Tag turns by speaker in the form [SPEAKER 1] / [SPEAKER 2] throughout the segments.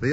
[SPEAKER 1] The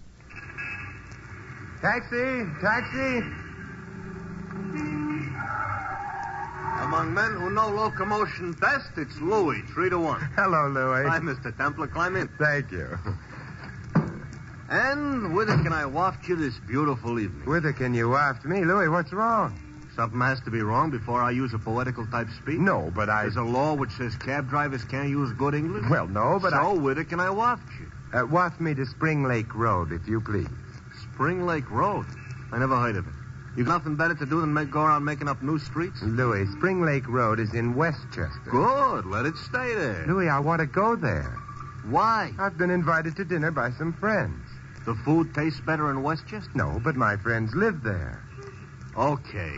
[SPEAKER 2] Taxi, taxi. Among men who know locomotion best, it's Louis, three to one.
[SPEAKER 1] Hello, Louis.
[SPEAKER 2] Hi, Mr. Templar, climb in.
[SPEAKER 1] Thank you.
[SPEAKER 2] And whither can I waft you this beautiful evening?
[SPEAKER 1] Whither can you waft me, Louis? What's wrong?
[SPEAKER 2] Something has to be wrong before I use a poetical type speech.
[SPEAKER 1] No, but I.
[SPEAKER 2] There's a law which says cab drivers can't use good English.
[SPEAKER 1] Well, no, but
[SPEAKER 2] so whither can I waft you?
[SPEAKER 1] I. Uh, waft me to Spring Lake Road, if you please.
[SPEAKER 2] Spring Lake Road. I never heard of it. You got nothing better to do than make, go around making up new streets?
[SPEAKER 1] Louis, Spring Lake Road is in Westchester.
[SPEAKER 2] Good. Let it stay there.
[SPEAKER 1] Louis, I want to go there.
[SPEAKER 2] Why?
[SPEAKER 1] I've been invited to dinner by some friends.
[SPEAKER 2] The food tastes better in Westchester?
[SPEAKER 1] No, but my friends live there.
[SPEAKER 2] Okay.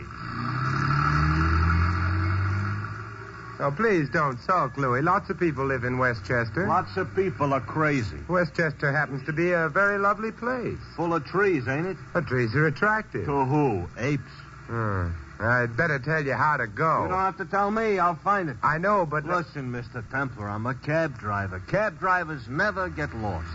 [SPEAKER 1] Oh, please don't sulk, Louis. Lots of people live in Westchester.
[SPEAKER 2] Lots of people are crazy.
[SPEAKER 1] Westchester happens to be a very lovely place.
[SPEAKER 2] Full of trees, ain't it?
[SPEAKER 1] The trees are attractive.
[SPEAKER 2] To who? Apes.
[SPEAKER 1] Hmm. I'd better tell you how to
[SPEAKER 2] You don't
[SPEAKER 1] go.
[SPEAKER 2] have to tell me. I'll find it.
[SPEAKER 1] I know, but
[SPEAKER 2] Listen, Mr. Templar, I'm a cab driver. Cab drivers never get lost.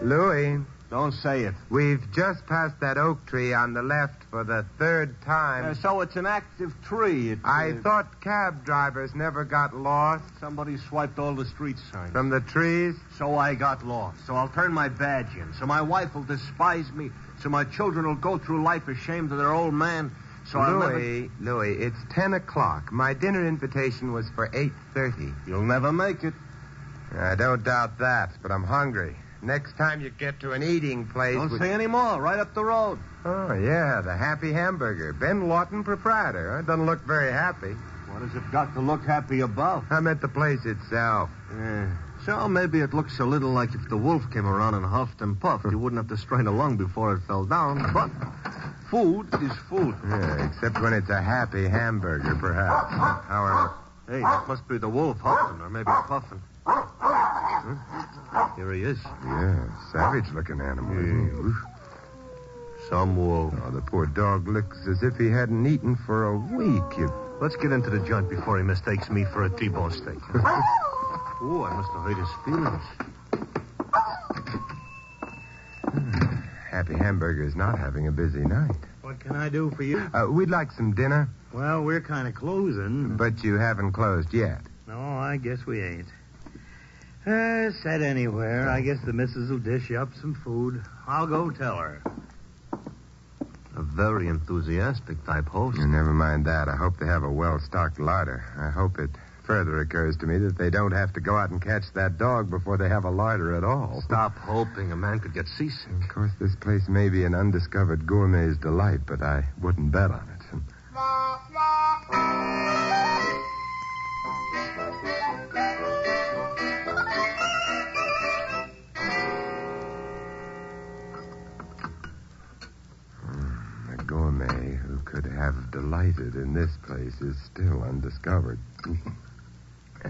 [SPEAKER 1] Louis,
[SPEAKER 2] Don't say it.
[SPEAKER 1] we've just passed that oak tree on the left for the third time.
[SPEAKER 2] Uh, so it's an active tree. It,
[SPEAKER 1] I
[SPEAKER 2] uh,
[SPEAKER 1] thought cab drivers never got lost
[SPEAKER 2] somebody swiped all the street signs.
[SPEAKER 1] from the trees.
[SPEAKER 2] So I got lost. So I'll turn my badge in. So my wife will despise me. So my children will go through life ashamed of their old man. So I'll never...
[SPEAKER 1] Louis, Louis, it's ten o'clock. My dinner invitation was for eight thirty.
[SPEAKER 2] You'll never make it.
[SPEAKER 1] I don't doubt that, but I'm hungry. Next time you get to an eating place,
[SPEAKER 2] Don't
[SPEAKER 1] we-
[SPEAKER 2] say any more. Right up the road.
[SPEAKER 1] oh yeah, the Happy Hamburger. Ben Lawton, proprietor. Huh? Doesn't look very happy.
[SPEAKER 2] What has it got to look happy about?
[SPEAKER 1] I meant the place itself.
[SPEAKER 2] Yeah. So maybe it looks a little like if the wolf came around and huffed and puffed, you wouldn't have to strain a lung before it fell down. But food is food.
[SPEAKER 1] Yeah, except when it's a Happy Hamburger, perhaps. However,
[SPEAKER 2] Hey, that must be the wolf huffing or maybe puffing. Hmm? Here he is.
[SPEAKER 1] yeah, savage-looking animal. Isn't he? Oof.
[SPEAKER 2] Some wolf.
[SPEAKER 1] Oh, the poor dog looks as if he hadn't eaten for a week. You...
[SPEAKER 2] Let's get into the joint before he mistakes me for a T-bone steak. oh, I must have hurt his feelings.
[SPEAKER 1] Happy Hamburger's not having a busy night.
[SPEAKER 2] What can I do for you?
[SPEAKER 1] Uh, we'd like some dinner,
[SPEAKER 2] Well, we're kind of closing.
[SPEAKER 1] but you haven't closed yet.
[SPEAKER 2] No, I guess we ain't. Uh, said anywhere. I guess the missus will dish you up some food. I'll go tell her. A very enthusiastic type host.
[SPEAKER 1] never mind that. I hope they have a well-stocked larder. I hope it
[SPEAKER 2] further occurs to me that they don't have to go out and catch that dog before they have a larder at all.
[SPEAKER 1] Stop hoping a man could get seasick.
[SPEAKER 2] Of course, this place may be an undiscovered gourmet's delight, but I wouldn't bet on it. The gourmet who could have delighted in this place is still undiscovered. uh,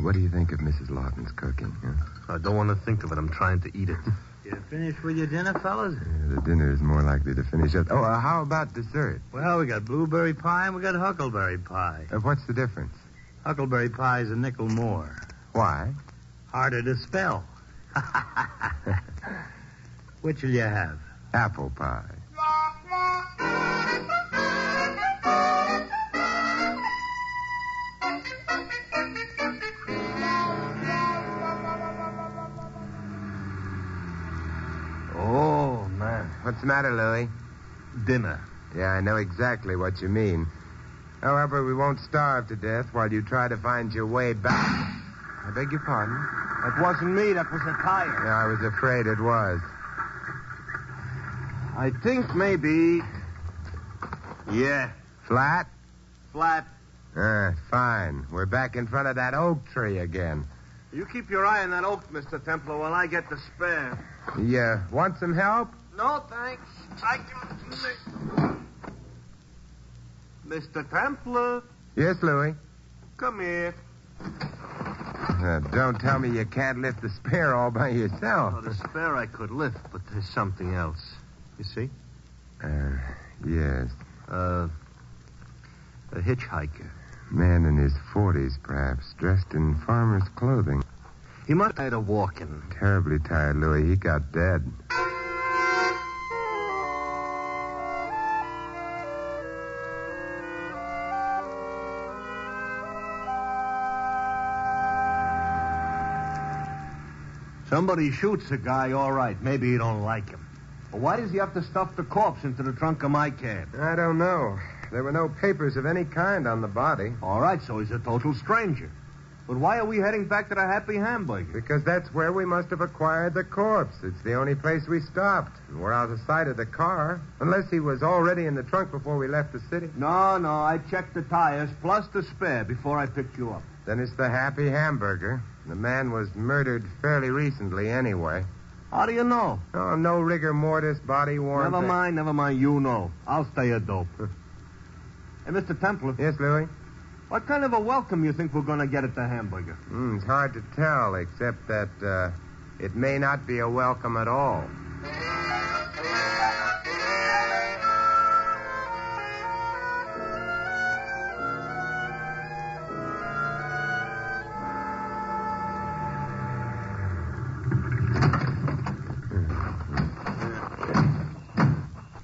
[SPEAKER 2] what do you think of Mrs. Lawton's cooking? Huh?
[SPEAKER 1] I don't want to think of it. I'm trying to eat it.
[SPEAKER 3] You finished with your dinner, fellas?
[SPEAKER 2] Yeah, Uh, the dinner is more likely to finish up. Oh, uh, how about dessert?
[SPEAKER 3] Well, we got blueberry pie and we got huckleberry pie.
[SPEAKER 2] Uh, what's the difference?
[SPEAKER 3] Huckleberry pie's a nickel more.
[SPEAKER 2] Why?
[SPEAKER 3] Harder to spell. Which'll you have?
[SPEAKER 2] Apple pie.
[SPEAKER 1] Oh, man.
[SPEAKER 2] What's the matter, Louie?
[SPEAKER 1] Dinner.
[SPEAKER 2] Yeah, I know exactly what you mean. However, we won't starve to death while you try to find your way back. I beg your pardon?
[SPEAKER 1] That wasn't me. That was a tire.
[SPEAKER 2] Yeah, I was afraid it was.
[SPEAKER 1] I think maybe. Yeah,
[SPEAKER 2] Flat?
[SPEAKER 1] flat.
[SPEAKER 2] Uh, fine. We're back in front of that oak tree again.
[SPEAKER 1] You keep your eye on that oak, Mr. Templar, while I get the spare.
[SPEAKER 2] Yeah, want some help?
[SPEAKER 1] No, thanks. I can. Mr. Templar,
[SPEAKER 2] Yes, Louie.
[SPEAKER 1] come here.
[SPEAKER 2] Uh, don't tell me you can't lift the spare all by yourself.
[SPEAKER 1] Oh, the spare I could lift, but there's something else. You see?
[SPEAKER 2] Uh, yes.
[SPEAKER 1] Uh, a hitchhiker.
[SPEAKER 2] Man in his 40s, perhaps, dressed in farmer's clothing.
[SPEAKER 1] He must have had a walking.
[SPEAKER 2] Terribly tired, Louis. He got dead.
[SPEAKER 1] Somebody shoots a guy, all right. Maybe you don't like him. But why does he have to stuff the corpse into the trunk of my cab?
[SPEAKER 2] I don't know. There were no papers of any kind on the body.
[SPEAKER 1] All right, so he's a total stranger. But why are we heading back to the Happy Hamburger?
[SPEAKER 2] Because that's where we must have acquired the corpse. It's the only place we stopped. And we're out of sight of the car. Unless he was already in the trunk before we left the city.
[SPEAKER 1] No, no, I checked the tires plus the spare before I picked you up.
[SPEAKER 2] Then it's the happy hamburger. The man was murdered fairly recently, anyway.
[SPEAKER 1] How do you know?
[SPEAKER 2] Oh, no rigor mortis, body warmth.
[SPEAKER 1] never mind, never mind. You know. I'll stay a dope. hey, Mr. Templar,
[SPEAKER 2] Yes, Louis?
[SPEAKER 1] what kind of a welcome you think we're going to get at the Hamburger?
[SPEAKER 2] Mm, it's hard to tell, except that uh, it may not be a welcome at all.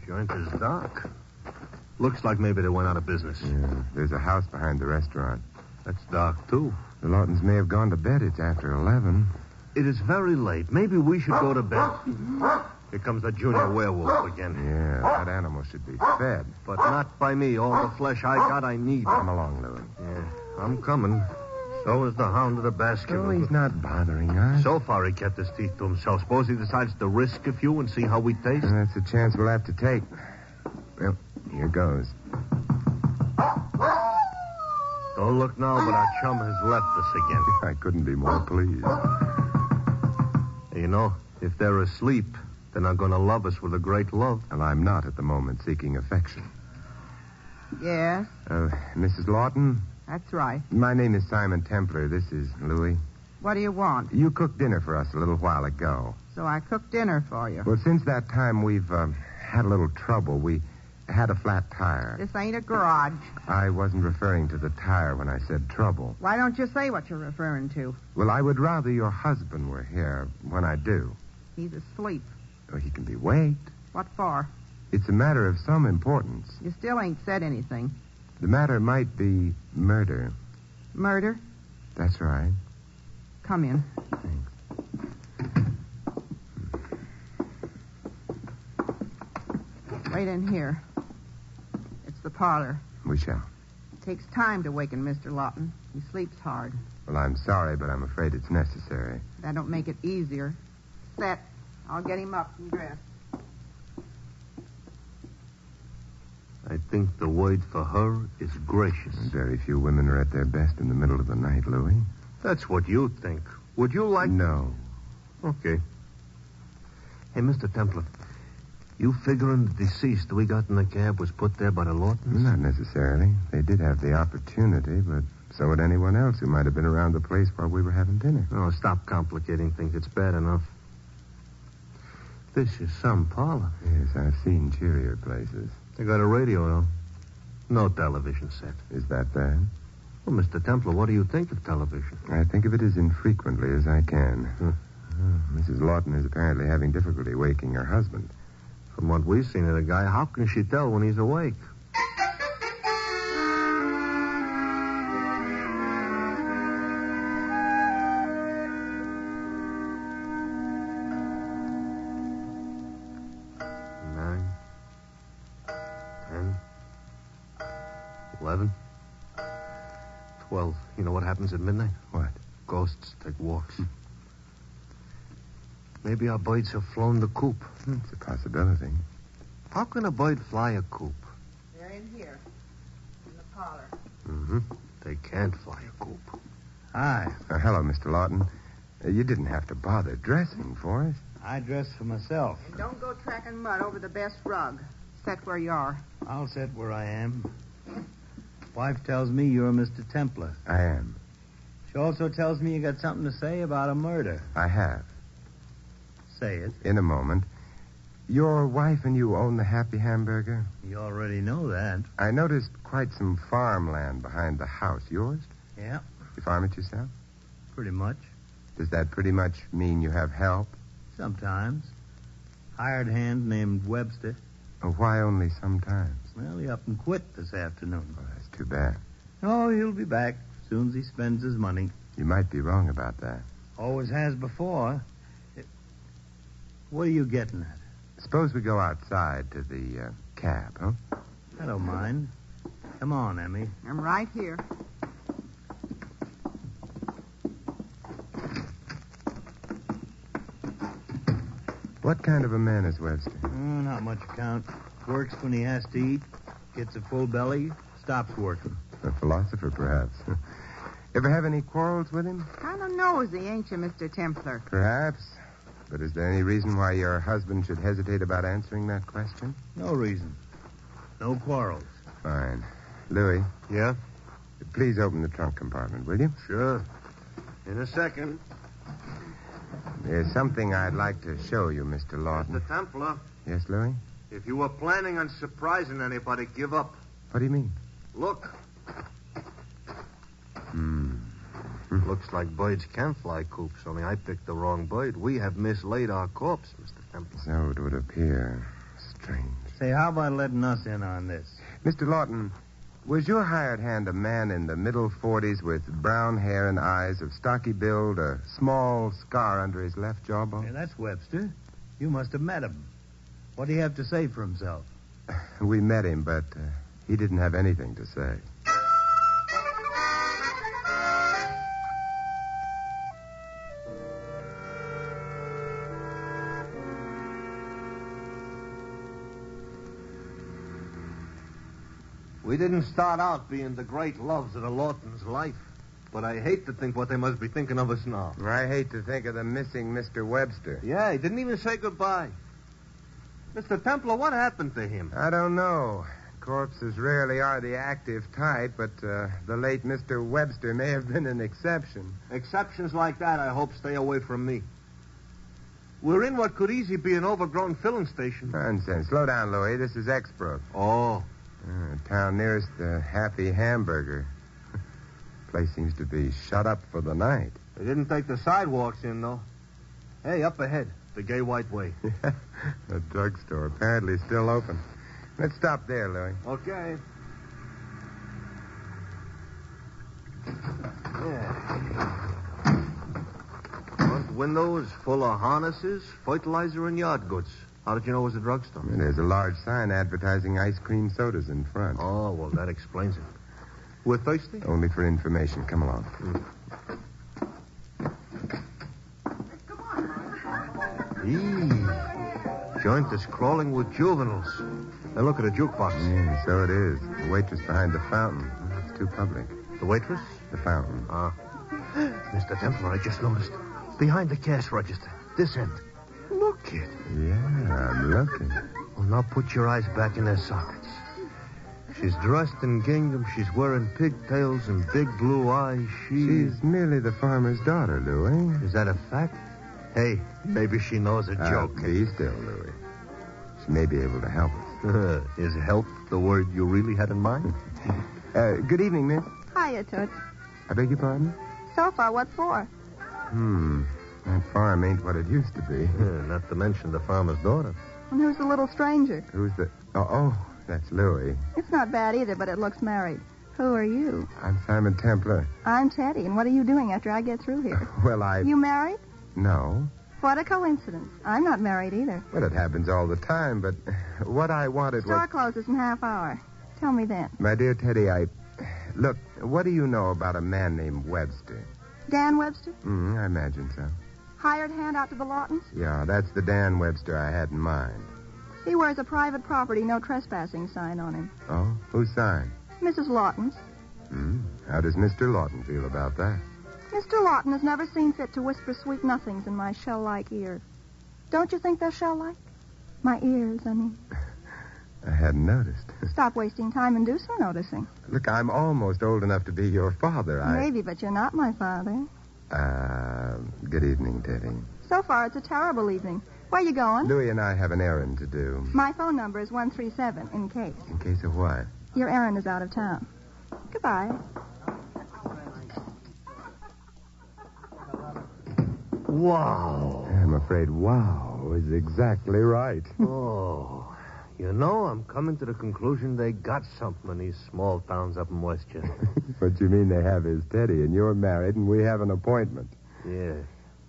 [SPEAKER 1] Joint is dark. Looks like maybe they went out of business.
[SPEAKER 2] Yeah, there's a house behind the restaurant.
[SPEAKER 1] That's dark, too.
[SPEAKER 2] The Lawtons may have gone to bed. It's after 11.
[SPEAKER 1] It is very late. Maybe we should go to bed. Here comes the junior werewolf again.
[SPEAKER 2] Yeah, that animal should be fed.
[SPEAKER 1] But not by me. All the flesh I got, I need.
[SPEAKER 2] Come along, Louis.
[SPEAKER 1] Yeah, I'm coming. So is the hound of the
[SPEAKER 2] Oh,
[SPEAKER 1] baskerville.
[SPEAKER 2] he's not bothering us.
[SPEAKER 1] So far, he kept his teeth to himself. Suppose he decides to risk a few and see how we taste.
[SPEAKER 2] Uh, That's a chance we'll have to take. Well, here goes.
[SPEAKER 1] Don't look now, but our chum has left us again.
[SPEAKER 2] I couldn't be more pleased.
[SPEAKER 1] You know, if they're asleep, they're not going to love us with a great love.
[SPEAKER 2] Well, I'm not at the moment seeking affection.
[SPEAKER 4] Yes,
[SPEAKER 2] Uh, Mrs. Lawton,
[SPEAKER 4] that's right.
[SPEAKER 2] my name is Simon Templar. This is Louis.
[SPEAKER 4] What do you want?
[SPEAKER 2] You cooked dinner for us a little while ago.
[SPEAKER 4] So I cooked dinner for you.
[SPEAKER 2] Well, since that time, we've um, had a little trouble. We had a flat tire.
[SPEAKER 4] This ain't a garage.
[SPEAKER 2] I wasn't referring to the tire when I said trouble.
[SPEAKER 4] Why don't you say what you're referring to?
[SPEAKER 2] Well, I would rather your husband were here when I do.
[SPEAKER 4] He's asleep.
[SPEAKER 2] Or he can be waked.
[SPEAKER 4] What for?
[SPEAKER 2] It's a matter of some importance.
[SPEAKER 4] You still ain't said anything.
[SPEAKER 2] The matter might be murder.
[SPEAKER 4] Murder?
[SPEAKER 2] That's right.
[SPEAKER 4] Come in. Wait in here. It's the parlor.
[SPEAKER 2] We shall.
[SPEAKER 1] Takes time to waken Mr. Lawton. He sleeps hard.
[SPEAKER 2] Well, I'm sorry, but I'm afraid it's necessary.
[SPEAKER 1] That don't make it easier. Set. I'll get him up and dressed.
[SPEAKER 3] I think the word for her is gracious.
[SPEAKER 1] Mm.
[SPEAKER 2] Very few women are at their best in the middle of the night, Louis.
[SPEAKER 3] That's what you think. Would you like?
[SPEAKER 2] No.
[SPEAKER 3] Okay. Hey, Mister Templer, you figuring the deceased we got in the cab was put there by the Lawtons?
[SPEAKER 2] Not necessarily. They did have the opportunity, but so would anyone else who might have been around the place while we were having dinner.
[SPEAKER 3] Oh, stop complicating things. It's bad enough. This is some parlor.
[SPEAKER 2] Yes, I've seen cheerier places.
[SPEAKER 3] They got a radio, though. No television set.
[SPEAKER 2] Is that bad?
[SPEAKER 3] Well, Mr. Templer, what do you think of television?
[SPEAKER 2] I think of it as infrequently as I can. Mrs. Lawton is apparently having difficulty waking her husband.
[SPEAKER 3] From what we've seen of the guy, how can she tell when he's awake? Nine, ten, eleven, twelve. You know what happens at midnight?
[SPEAKER 2] What?
[SPEAKER 3] Ghosts take walks. Maybe our birds have flown the coop.
[SPEAKER 5] Hmm,
[SPEAKER 2] It's a possibility.
[SPEAKER 3] How can a bird fly a coop?
[SPEAKER 1] They're in here. In the parlor.
[SPEAKER 3] Mm-hmm. They can't fly a coop.
[SPEAKER 5] Hi.
[SPEAKER 2] Uh, hello, Mr. Lawton. Uh, you didn't have to bother dressing for us.
[SPEAKER 5] I dress for myself.
[SPEAKER 1] And don't go tracking mud over the best rug. Set where you are.
[SPEAKER 5] I'll sit where I am. Wife tells me you're Mr. Templar.
[SPEAKER 2] I am.
[SPEAKER 5] She also tells me you got something to say about a murder.
[SPEAKER 2] I have.
[SPEAKER 5] Say it.
[SPEAKER 2] In a moment. Your wife and you own the Happy Hamburger?
[SPEAKER 5] You already know that.
[SPEAKER 2] I noticed quite some farmland behind the house. Yours?
[SPEAKER 5] Yeah,
[SPEAKER 2] You farm it yourself?
[SPEAKER 5] pretty much.
[SPEAKER 2] Does that pretty much mean you have help?
[SPEAKER 5] Sometimes. Hired hand named Webster.
[SPEAKER 2] Or Oh, why only sometimes?
[SPEAKER 5] Well, he up and quit this afternoon.
[SPEAKER 2] Well, that's too bad.
[SPEAKER 5] Oh, he'll be back as soon as he spends his money.
[SPEAKER 2] You might be wrong about that.
[SPEAKER 5] Always has before. It- What are you getting at?
[SPEAKER 2] Suppose we go outside to the uh, cab, huh?
[SPEAKER 5] I don't mind. Come on, Emmy.
[SPEAKER 1] I'm right here.
[SPEAKER 2] What kind of a man is Webster?
[SPEAKER 5] Oh, not much account. Works when he has to eat, gets a full belly, stops working.
[SPEAKER 2] A philosopher, perhaps. Ever have any quarrels with him?
[SPEAKER 1] Kind of nosy, ain't you, Mr. Templar?
[SPEAKER 2] Perhaps. But is there any reason why your husband should hesitate about answering that question?
[SPEAKER 5] No reason. No quarrels.
[SPEAKER 2] Fine. Louis,
[SPEAKER 3] Yeah?
[SPEAKER 2] please open the trunk compartment, will you?
[SPEAKER 3] Sure. In a second.
[SPEAKER 2] There's something I'd like to show you, Mr. Lawton.
[SPEAKER 3] Templar,
[SPEAKER 2] Yes, Louis?
[SPEAKER 3] if you were planning on surprising anybody, give up.
[SPEAKER 2] What do you mean?
[SPEAKER 3] Look. Looks like birds can fly coops, only I picked the wrong bird. We have mislaid our corpse, Mr. Templar.
[SPEAKER 2] So it would appear. Strange.
[SPEAKER 5] Say, how about letting us in on this?
[SPEAKER 2] Mr. Lawton, was your hired hand a man in the middle 40s with brown hair and eyes, of stocky build, a small scar under his left
[SPEAKER 5] Hey,
[SPEAKER 2] jawbone?
[SPEAKER 5] that's Webster. You must have met him. What do you have to say for himself?
[SPEAKER 2] We met him, but uh, he didn't have anything to say.
[SPEAKER 3] We didn't start out being the great loves of the Lawtons' life, but I hate to think what they must be thinking of us now.
[SPEAKER 2] I hate to think of the missing Mr. Webster.
[SPEAKER 3] Yeah, he didn't even say goodbye. Mr. Templar, what happened to him?
[SPEAKER 5] Uh.
[SPEAKER 2] I don't know. Corpses rarely are the active type, but uh, the late Mr. Webster may have been an exception.
[SPEAKER 3] Exceptions like that, I hope, stay away from me. We're in what could easily be an overgrown filling station.
[SPEAKER 5] Uh.
[SPEAKER 2] Nonsense. Slow down, Louis. This is Exbrook,
[SPEAKER 3] Oh,
[SPEAKER 2] uh, town nearest the Happy Hamburger. Place seems to be shut up for the night.
[SPEAKER 3] they didn't take the sidewalks in, though. Hey, up ahead, the gay white way.
[SPEAKER 2] the drugstore apparently still open. Let's stop there, Louis.
[SPEAKER 3] Okay. Yeah. Front window is full of harnesses, fertilizer, and yard goods. How did you know it was a drugstore?
[SPEAKER 2] There's a large sign advertising ice cream sodas in front.
[SPEAKER 3] Oh, well, that Oh, explains it. We're thirsty? Mm.
[SPEAKER 2] Only for information. Come along.
[SPEAKER 3] Eee. Joint is crawling with juveniles. Now look at the jukebox.
[SPEAKER 2] Yeah, so it is. The waitress behind the fountain. It's too public.
[SPEAKER 3] The waitress?
[SPEAKER 2] The fountain.
[SPEAKER 3] Ah. Mr. Templar, I just noticed. Behind the cash register. This end. Look, kid.
[SPEAKER 2] Yeah, I'm looking.
[SPEAKER 3] Well, now put your eyes back in their sockets. She's dressed in gingham. She's wearing pigtails and big blue eyes. She's.
[SPEAKER 2] She's merely the farmer's daughter, Louis.
[SPEAKER 3] Is that a fact? Hey, maybe she knows a
[SPEAKER 2] Uh,
[SPEAKER 3] joke.
[SPEAKER 2] be still, Louis. She may be able to help us.
[SPEAKER 3] Is help the word you really had in mind?
[SPEAKER 2] Uh, good evening, miss.
[SPEAKER 1] Hiya, Toots.
[SPEAKER 2] I beg your pardon?
[SPEAKER 1] Sofa, what for?
[SPEAKER 2] Hmm. That farm ain't what it used to be.
[SPEAKER 3] Yeah, not to mention the farmer's daughter.
[SPEAKER 1] And who's the little stranger?
[SPEAKER 2] Who's the... Oh, oh, that's Louis.
[SPEAKER 1] It's not bad either, but it looks married. Who are you?
[SPEAKER 2] I'm Simon Templar.
[SPEAKER 1] I'm Teddy, and what are you doing after I get through here?
[SPEAKER 2] Well, I...
[SPEAKER 1] You married?
[SPEAKER 2] No.
[SPEAKER 1] What a coincidence. I'm not married either.
[SPEAKER 2] Well, it happens all the time, but what I wanted was...
[SPEAKER 1] Store closes in half hour. Tell me then.
[SPEAKER 2] My dear Teddy, I... Look, what do you know about a man named Webster?
[SPEAKER 1] Dan Webster?
[SPEAKER 2] Mm, I imagine so.
[SPEAKER 1] Hired hand out to the Lawtons?
[SPEAKER 2] Yeah, that's the Dan Webster I had in mind.
[SPEAKER 1] He wears a private property, no trespassing sign on him.
[SPEAKER 2] Oh? Who signed?
[SPEAKER 1] Mrs. Lawton's.
[SPEAKER 2] Hmm. How does Mr. Lawton feel about that?
[SPEAKER 1] Mr. Lawton has never seen fit to whisper sweet nothings in my shell-like ear. Don't you think they're shell-like? My ears, I mean.
[SPEAKER 2] I hadn't noticed.
[SPEAKER 1] Stop wasting time and do some noticing.
[SPEAKER 2] Look, I'm almost old enough to be your father. I...
[SPEAKER 1] Maybe, but you're not my father.
[SPEAKER 2] Uh, good evening, Teddy.
[SPEAKER 1] So far, it's a terrible evening. Where you going?
[SPEAKER 2] Louis and I have an errand to do.
[SPEAKER 1] My phone number is 137, in case.
[SPEAKER 2] In case of what?
[SPEAKER 1] Your errand is out of town. Goodbye.
[SPEAKER 3] Wow.
[SPEAKER 2] I'm afraid wow is exactly right.
[SPEAKER 3] Oh. You know, I'm coming to the conclusion they got something in these small towns up in Westchester.
[SPEAKER 2] what you mean they have is Teddy, and you're married, and we have an appointment.
[SPEAKER 3] yeah.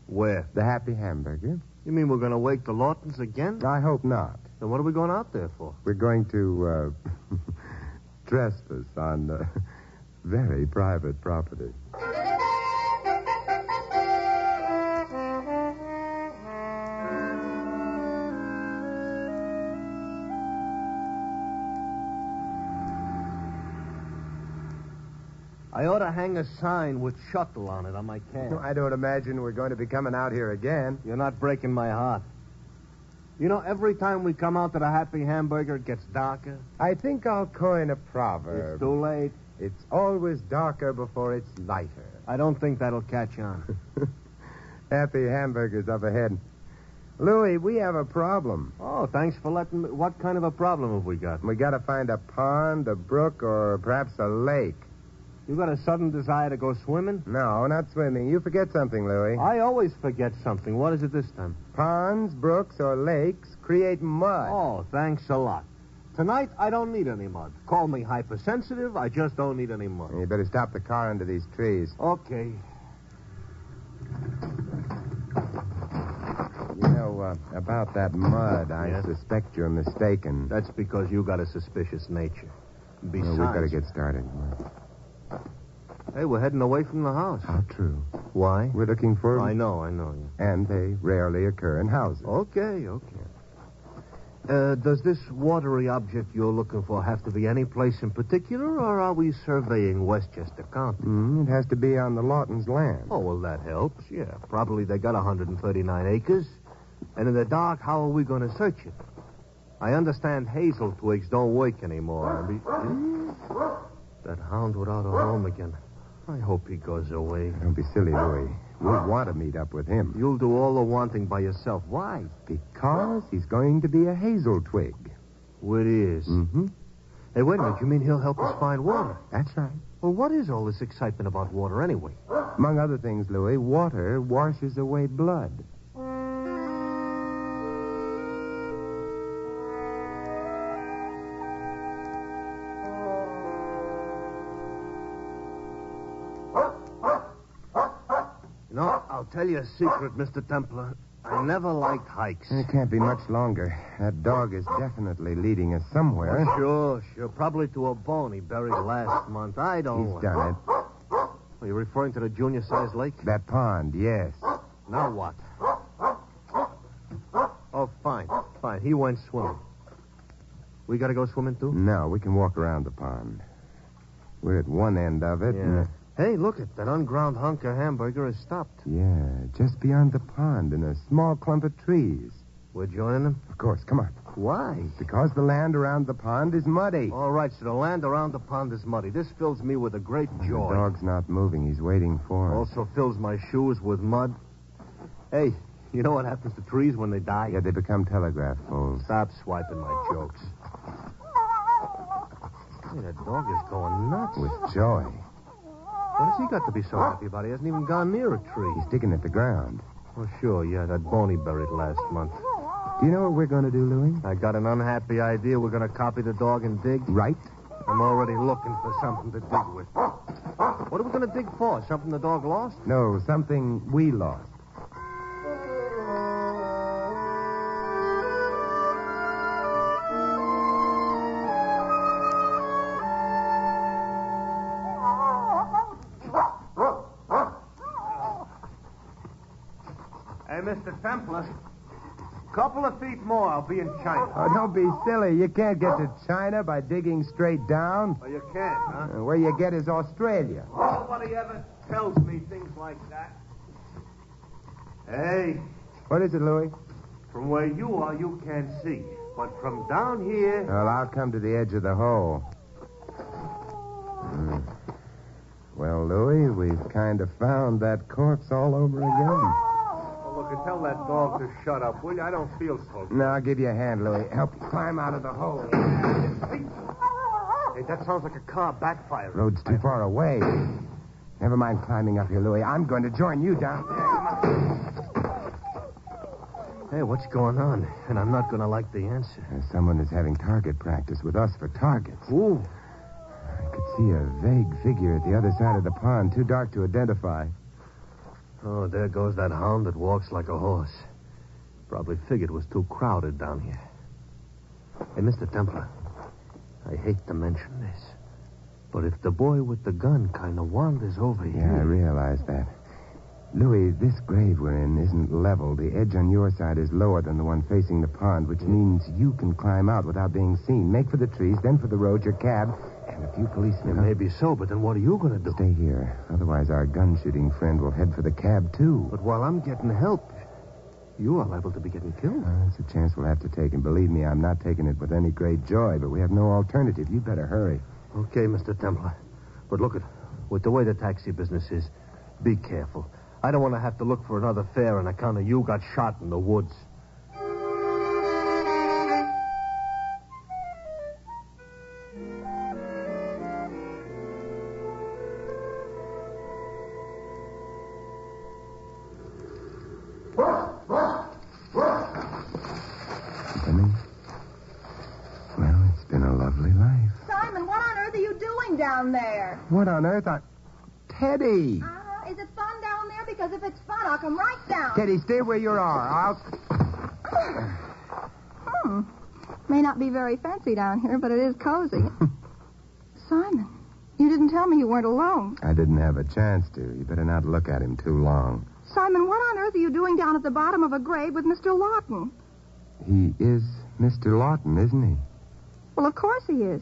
[SPEAKER 3] Where?
[SPEAKER 2] The Happy Hamburger?
[SPEAKER 3] You mean we're going to wake the Lawtons again?
[SPEAKER 2] I hope not.
[SPEAKER 3] Then what are we going out there for?
[SPEAKER 2] We're going to, uh, trespass on, uh, very private property.
[SPEAKER 3] I ought to hang a sign with shuttle on it on my cab.
[SPEAKER 2] I don't imagine we're going to be coming out here again.
[SPEAKER 3] You're not breaking my heart. You know, every time we come out to the Happy Hamburger, it gets darker.
[SPEAKER 2] I think I'll coin a
[SPEAKER 3] It's
[SPEAKER 2] proverb.
[SPEAKER 3] too late.
[SPEAKER 2] it's always darker before it's lighter.
[SPEAKER 3] I don't think that'll catch on.
[SPEAKER 2] Happy hamburgers up ahead. Louis, we have a problem.
[SPEAKER 3] Oh, thanks for letting me. What kind of a problem have we got?
[SPEAKER 2] We gotta find a pond, a brook, or perhaps a lake.
[SPEAKER 3] You got a sudden desire to go swimming?
[SPEAKER 2] No, not swimming. You forget something, Louis.
[SPEAKER 3] I always forget something. What is it this time?
[SPEAKER 2] Ponds, brooks, or lakes create mud.
[SPEAKER 3] Oh, thanks a lot. Tonight, I don't need any mud. Call me hypersensitive. I just don't need any mud.
[SPEAKER 2] You better stop the car under these trees.
[SPEAKER 3] Okay.
[SPEAKER 2] You know, uh, about that mud, I
[SPEAKER 3] Yes?
[SPEAKER 2] suspect you're mistaken.
[SPEAKER 3] That's because you got a suspicious nature.
[SPEAKER 2] Well,
[SPEAKER 3] Besides,
[SPEAKER 2] we better get started.
[SPEAKER 3] hey, we're heading away from the house.
[SPEAKER 2] How true.
[SPEAKER 3] Why?
[SPEAKER 2] We're looking for.
[SPEAKER 3] I know, Oh. I know.
[SPEAKER 2] And they rarely occur in houses.
[SPEAKER 3] Okay, okay. Uh, does this watery object you're looking for have to be any place in particular, or are we surveying Westchester County?
[SPEAKER 2] Mm, it has to be on the Lawton's land.
[SPEAKER 3] Oh, well, that helps, yeah. Probably they got 139 acres. And in the dark, how are we going to search it? I understand hazel twigs don't work anymore. I mean- hmm? That hound without a home again. I hope he goes away.
[SPEAKER 2] Don't be silly, Louis. We want to meet up with him.
[SPEAKER 3] You'll do all the wanting by yourself. Why?
[SPEAKER 2] Because he's going to be a hazel twig.
[SPEAKER 3] What is?
[SPEAKER 2] Mm-hmm.
[SPEAKER 3] Hey, wait a minute. You mean he'll help us find water?
[SPEAKER 2] That's right.
[SPEAKER 3] Well, what is all this excitement about water anyway?
[SPEAKER 2] Among other things, Louis, water washes away blood.
[SPEAKER 3] You know, I'll tell you a secret, Mr. Templar. I never liked hikes.
[SPEAKER 2] It can't be much longer. That dog is definitely leading us somewhere.
[SPEAKER 3] Sure, sure. Probably to a bone he buried last month. I don't.
[SPEAKER 2] He's done it.
[SPEAKER 3] Are you referring to the junior size lake?
[SPEAKER 2] That pond, yes.
[SPEAKER 3] Now what? Oh, fine, fine. He went swimming. We gotta go swimming too.
[SPEAKER 2] No, we can walk around the pond. We're at one end of it. and-
[SPEAKER 3] Hey, look at that unground hunk of hamburger is stopped.
[SPEAKER 2] yeah, just beyond the pond in a small clump of trees.
[SPEAKER 3] We're joining them.
[SPEAKER 2] Of course, come on.
[SPEAKER 3] Why? Oh,
[SPEAKER 2] Because the land around the pond is muddy.
[SPEAKER 3] All right, so the land around the pond is muddy. This fills me with a great
[SPEAKER 2] The
[SPEAKER 3] joy. Oh,
[SPEAKER 2] dog's not moving. He's waiting for us.
[SPEAKER 3] Also fills my shoes with mud. Hey, you know what happens to trees when they die?
[SPEAKER 2] Yeah, they become telegraph poles.
[SPEAKER 3] Stop swiping my jokes. Hey, that dog is going nuts.
[SPEAKER 2] With joy.
[SPEAKER 3] What has he got to be so happy about? He hasn't even gone near a tree.
[SPEAKER 2] He's digging at the ground.
[SPEAKER 3] Oh, sure, yeah, that bone he buried last month.
[SPEAKER 2] Do you know what we're going to do, Louis?
[SPEAKER 3] I got an unhappy idea. We're going to copy the dog and dig.
[SPEAKER 2] Right?
[SPEAKER 3] I'm already looking for something to dig with. What are we going to dig for? Something the dog lost?
[SPEAKER 2] No, something we lost.
[SPEAKER 5] Hey, Mr. Templar. Couple of feet more, I'll be in China.
[SPEAKER 2] Oh, don't be silly. You can't get to China by digging straight down.
[SPEAKER 5] Oh, you can't, huh?
[SPEAKER 2] Uh, Where you get is Australia.
[SPEAKER 5] Nobody ever tells me things like that. Hey,
[SPEAKER 2] What is it, Louis?
[SPEAKER 5] from where you are, you can't see. But from down here.
[SPEAKER 3] Uh.
[SPEAKER 2] Well, I'll come to the edge of the hole. Hmm. Well, Louis, we've kind of found that corpse all over again.
[SPEAKER 5] Oh, look, tell that dog to shut up, will you? I don't feel so good.
[SPEAKER 2] Now, I'll give you a hand, Louis. Help you climb out of the hole.
[SPEAKER 3] Hey, that sounds like a car backfiring.
[SPEAKER 2] Road's too far away. Never mind climbing up here, Louis. I'm going to join you down there.
[SPEAKER 3] Hey, what's going on? And I'm not going to like the answer.
[SPEAKER 2] Uh, Someone is having target practice with us for targets.
[SPEAKER 3] Ooh.
[SPEAKER 2] I could see a vague figure at the other side of the pond, too dark to identify.
[SPEAKER 3] Oh, there goes that hound that walks like a horse. Probably figured it was too crowded down here. Hey, Mr. Templar, I hate to mention this, but if the boy with the gun kind of wanders over
[SPEAKER 2] Yeah, I
[SPEAKER 3] here.
[SPEAKER 2] realize that. Louis, this grave we're in isn't level. The edge on your side is lower than the one facing the pond, which means you can climb out without being seen. Make for the trees, then for the road, your cab, and a few policemen.
[SPEAKER 3] It may be so, but then what are you going to do?
[SPEAKER 2] Stay here. Otherwise, our gun shooting friend will head for the cab, too.
[SPEAKER 3] But while I'm getting help, you are liable to be getting killed.
[SPEAKER 2] Uh, it's a chance we'll have to take, and believe me, I'm not taking it with any great joy, but we have no alternative. You'd better hurry.
[SPEAKER 3] Okay, Mr. Templar. But look at with the way the taxi business is, be careful. I don't want to have to look for another fare on account of you got shot in the woods.
[SPEAKER 2] Coming? Well, it's been a lovely life.
[SPEAKER 1] Simon, what on earth are you doing down there?
[SPEAKER 2] What on earth?
[SPEAKER 3] Uh,
[SPEAKER 2] I... Teddy!
[SPEAKER 1] Uh, is it fun down there? Because if it's fun, I'll come right down.
[SPEAKER 2] Teddy, stay where you are. I'll
[SPEAKER 1] Hmm. May not be very fancy down here, but it is cozy. Simon, you didn't tell me you weren't alone.
[SPEAKER 2] I didn't have a chance to. You better not look at him too long.
[SPEAKER 1] Simon, what on earth are you doing down at the bottom of a grave with Mr. Lawton?
[SPEAKER 2] He is Mr. Lawton, isn't he?
[SPEAKER 1] Well, of course he is.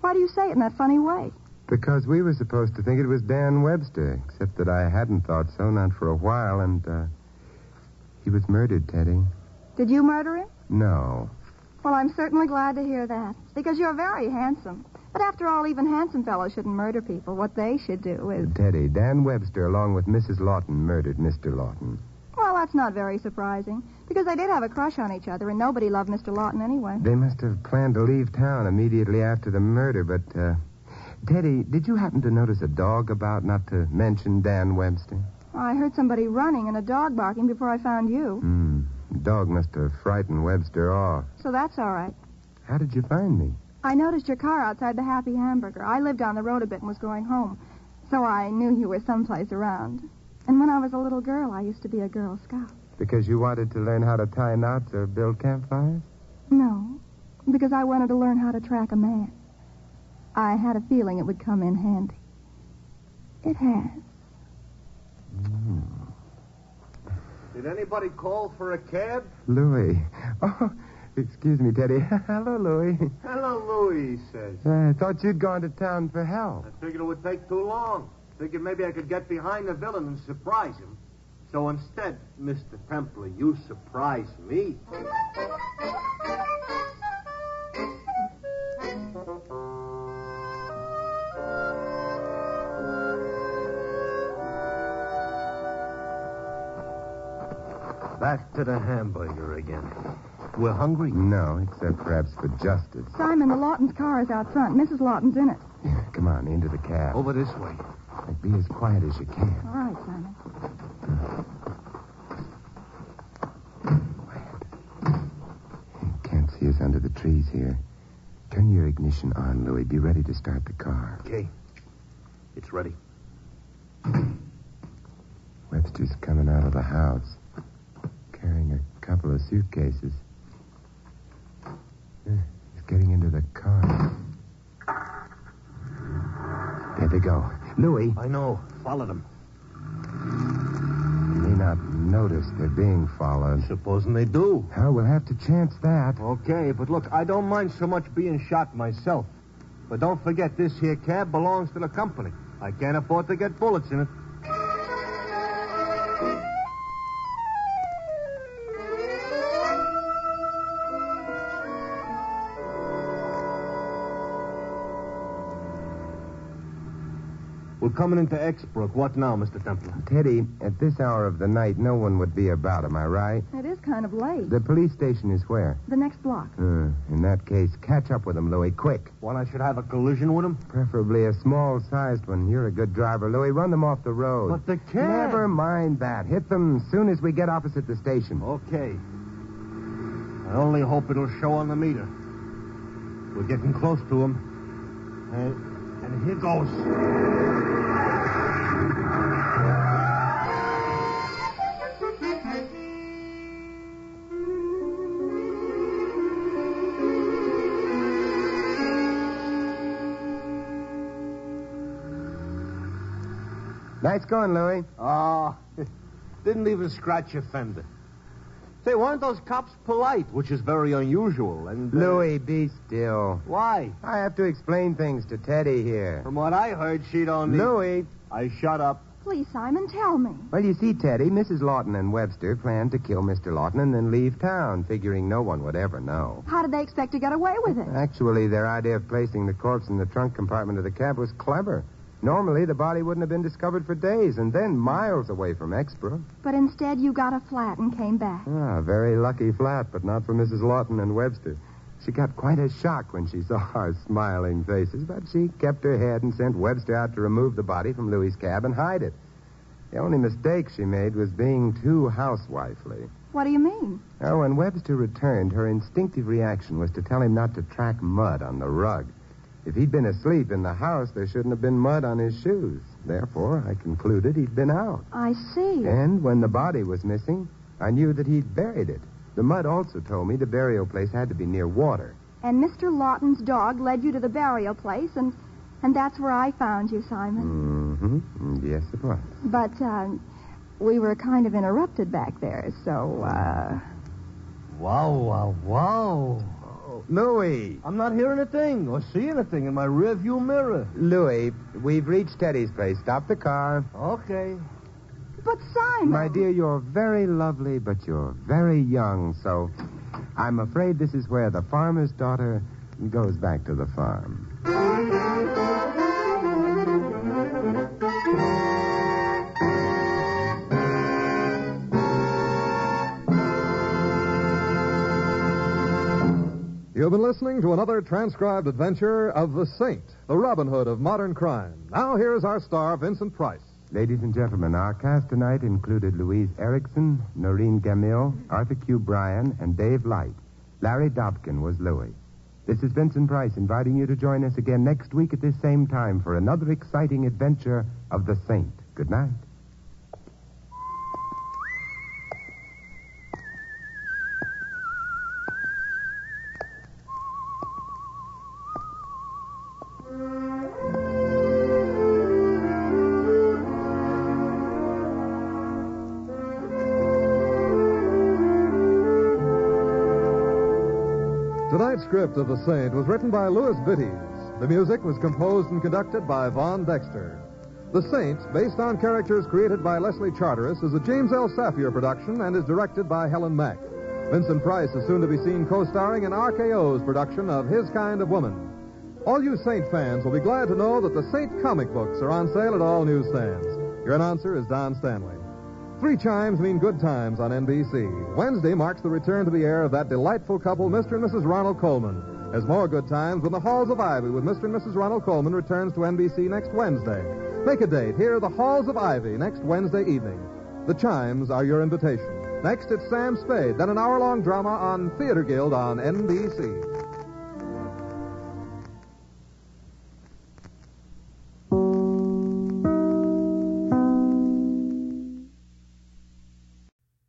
[SPEAKER 1] Why do you say it in that funny way?
[SPEAKER 2] Because we were supposed to think it was Dan Webster, except that I hadn't thought so, not for a while, and, uh, he was murdered, Teddy.
[SPEAKER 1] Did you murder him?
[SPEAKER 2] No.
[SPEAKER 1] Well, I'm certainly glad to hear that, because you're very handsome. But after all, even handsome fellows shouldn't murder people. What they should do is.
[SPEAKER 2] Teddy, Dan Webster, along with Mrs. Lawton, murdered Mr. Lawton.
[SPEAKER 1] Well, that's not very surprising, because they did have a crush on each other, and nobody loved Mr. Lawton anyway.
[SPEAKER 2] They must have planned to leave town immediately after the murder, but, uh, Teddy, did you happen to notice a dog about not to mention Dan Webster?
[SPEAKER 1] I heard somebody running and a dog barking before I found you,
[SPEAKER 2] Hmm. Dog must have frightened Webster off.
[SPEAKER 1] so that's all right.
[SPEAKER 2] How did you find me?
[SPEAKER 1] I noticed your car outside the Happy Hamburger. I lived on the road a bit and was going home, so I knew you were someplace around. And when I was a little girl, I used to be a Girl Scout.
[SPEAKER 2] Because you wanted to learn how to tie knots or build campfires?
[SPEAKER 1] No, because I wanted to learn how to track a man. I had a feeling it would come in handy. It has.
[SPEAKER 3] Did anybody call for a cab?
[SPEAKER 2] Louis. Oh, excuse me, Teddy. Hello, Louis.
[SPEAKER 3] Hello, Louis, he says.
[SPEAKER 2] I thought you'd gone to town for help.
[SPEAKER 3] I figured it would take too long. Figured maybe I could get behind the villain and surprise him. So instead, Mr. Templer, you surprise me. Back to the hamburger again. We're hungry.
[SPEAKER 2] No, except perhaps for justice.
[SPEAKER 1] Simon, the Lawton's car is out front. Mrs. Lawton's in it.
[SPEAKER 2] Come on, into the cab.
[SPEAKER 3] Over this way.
[SPEAKER 2] Like, Be as quiet as you can.
[SPEAKER 1] All right, Simon.
[SPEAKER 2] Can't see us under the trees here. Turn your ignition on, Louis. Be ready to start the car.
[SPEAKER 3] Okay. It's ready.
[SPEAKER 2] Webster's coming out of the house, carrying a couple of suitcases. Eh, He's getting into the car. There they go. Louis,
[SPEAKER 3] I know. Followed him.
[SPEAKER 2] you may not notice they're being followed.
[SPEAKER 3] Supposing they do.
[SPEAKER 2] Oh, we'll have to chance that.
[SPEAKER 3] Okay, but look, I don't mind so much being shot myself. But don't forget, this here cab belongs to the company. I can't afford to get bullets in it. We're coming into Exbrook. What now, Mr. Templer?
[SPEAKER 2] Teddy, at this hour of the night, no one would be about, am I right?
[SPEAKER 1] It is kind of late.
[SPEAKER 2] The police station is where?
[SPEAKER 1] The next block.
[SPEAKER 2] Uh, in that case, catch up with them, Louis, quick.
[SPEAKER 3] What, I should have a collision with him?
[SPEAKER 2] Preferably a small sized one. You're a good driver, Louis. Run them off the road.
[SPEAKER 3] But the cab.
[SPEAKER 2] Never mind that. Hit them soon as we get opposite the station.
[SPEAKER 3] Okay. I only hope it'll show on the meter. We're getting close to him. And, and here goes.
[SPEAKER 2] Nice going, Louis.
[SPEAKER 3] Ah, didn't even scratch your fender. Say, weren't those cops polite, which is very unusual, and... uh,
[SPEAKER 2] Louis, be still.
[SPEAKER 3] Why?
[SPEAKER 2] I have to explain things to Teddy here.
[SPEAKER 3] From what I heard, she don't need...
[SPEAKER 2] Louis.
[SPEAKER 3] I shut up.
[SPEAKER 1] Please, Simon, tell me.
[SPEAKER 2] Well, you see, Teddy, Mrs. Lawton and Webster planned to kill Mr. Lawton and then leave town, figuring no one would ever know.
[SPEAKER 1] How did they expect to get away with it?
[SPEAKER 2] Actually, their idea of placing the corpse in the trunk compartment of the cab was clever. Normally, the body wouldn't have been discovered for days, and then miles away from Exborough.
[SPEAKER 1] But instead, you got a flat and came back.
[SPEAKER 2] Ah, very lucky flat, but not for Mrs. Lawton and Webster. She got quite a shock when she saw our smiling faces, but she kept her head and sent Webster out to remove the body from Louis's cab and hide it. The only mistake she made was being too housewifely.
[SPEAKER 1] What do you mean?
[SPEAKER 2] Now, when Webster returned, her instinctive reaction was to tell him not to track mud on the rug. If he'd been asleep in the house, there shouldn't have been mud on his shoes. Therefore, I concluded he'd been out.
[SPEAKER 1] I see.
[SPEAKER 2] And when the body was missing, I knew that he'd buried it. The mud also told me the burial place had to be near water.
[SPEAKER 1] And Mr. Lawton's dog led you to the burial place, and and that's where I found you, Simon.
[SPEAKER 2] Mm-hmm. Yes, it was.
[SPEAKER 1] But um, we were kind of interrupted back there, so uh,
[SPEAKER 3] Wow, wow, wow.
[SPEAKER 2] Oh, Louis!
[SPEAKER 3] I'm not hearing a thing or seeing a thing in my rearview mirror.
[SPEAKER 2] Louis, we've reached Teddy's place. Stop the car.
[SPEAKER 3] Okay.
[SPEAKER 1] but Simon.
[SPEAKER 2] My dear, you're very lovely, but you're very young, so I'm afraid this is where the farmer's daughter goes back to the farm.
[SPEAKER 6] You've been listening to another transcribed adventure of The Saint, the Robin Hood of modern crime. Now here's our star, Vincent Price.
[SPEAKER 2] Ladies and gentlemen, our cast tonight included Louise Erickson, Noreen Gamil, Arthur Q. Bryan, and Dave Light. Larry Dobkin was Louis. This is Vincent Price inviting you to join us again next week at this same time for another exciting adventure of The Saint. Good night.
[SPEAKER 3] Tonight's script of The Saint was written by Louis Bitties. The music was composed and conducted by Von Dexter. The Saint, based on characters created by Leslie Charteris, is a James L. Safier production and is directed by Helen Mack. Vincent Price is soon to be seen co starring in RKO's production of His Kind of Woman. All you Saint fans will be glad to know that the Saint comic books are on sale at all newsstands. Your announcer is Don Stanley. Three chimes mean good times on NBC. Wednesday marks the return to the air of that delightful couple, Mr. and Mrs. Ronald Coleman, as more good times when the Halls of Ivy with Mr. and Mrs. Ronald Coleman returns to NBC next Wednesday. Make a date here at the Halls of Ivy next Wednesday evening. The chimes are your invitation. Next, it's Sam Spade, then an hour-long drama on Theater Guild on NBC.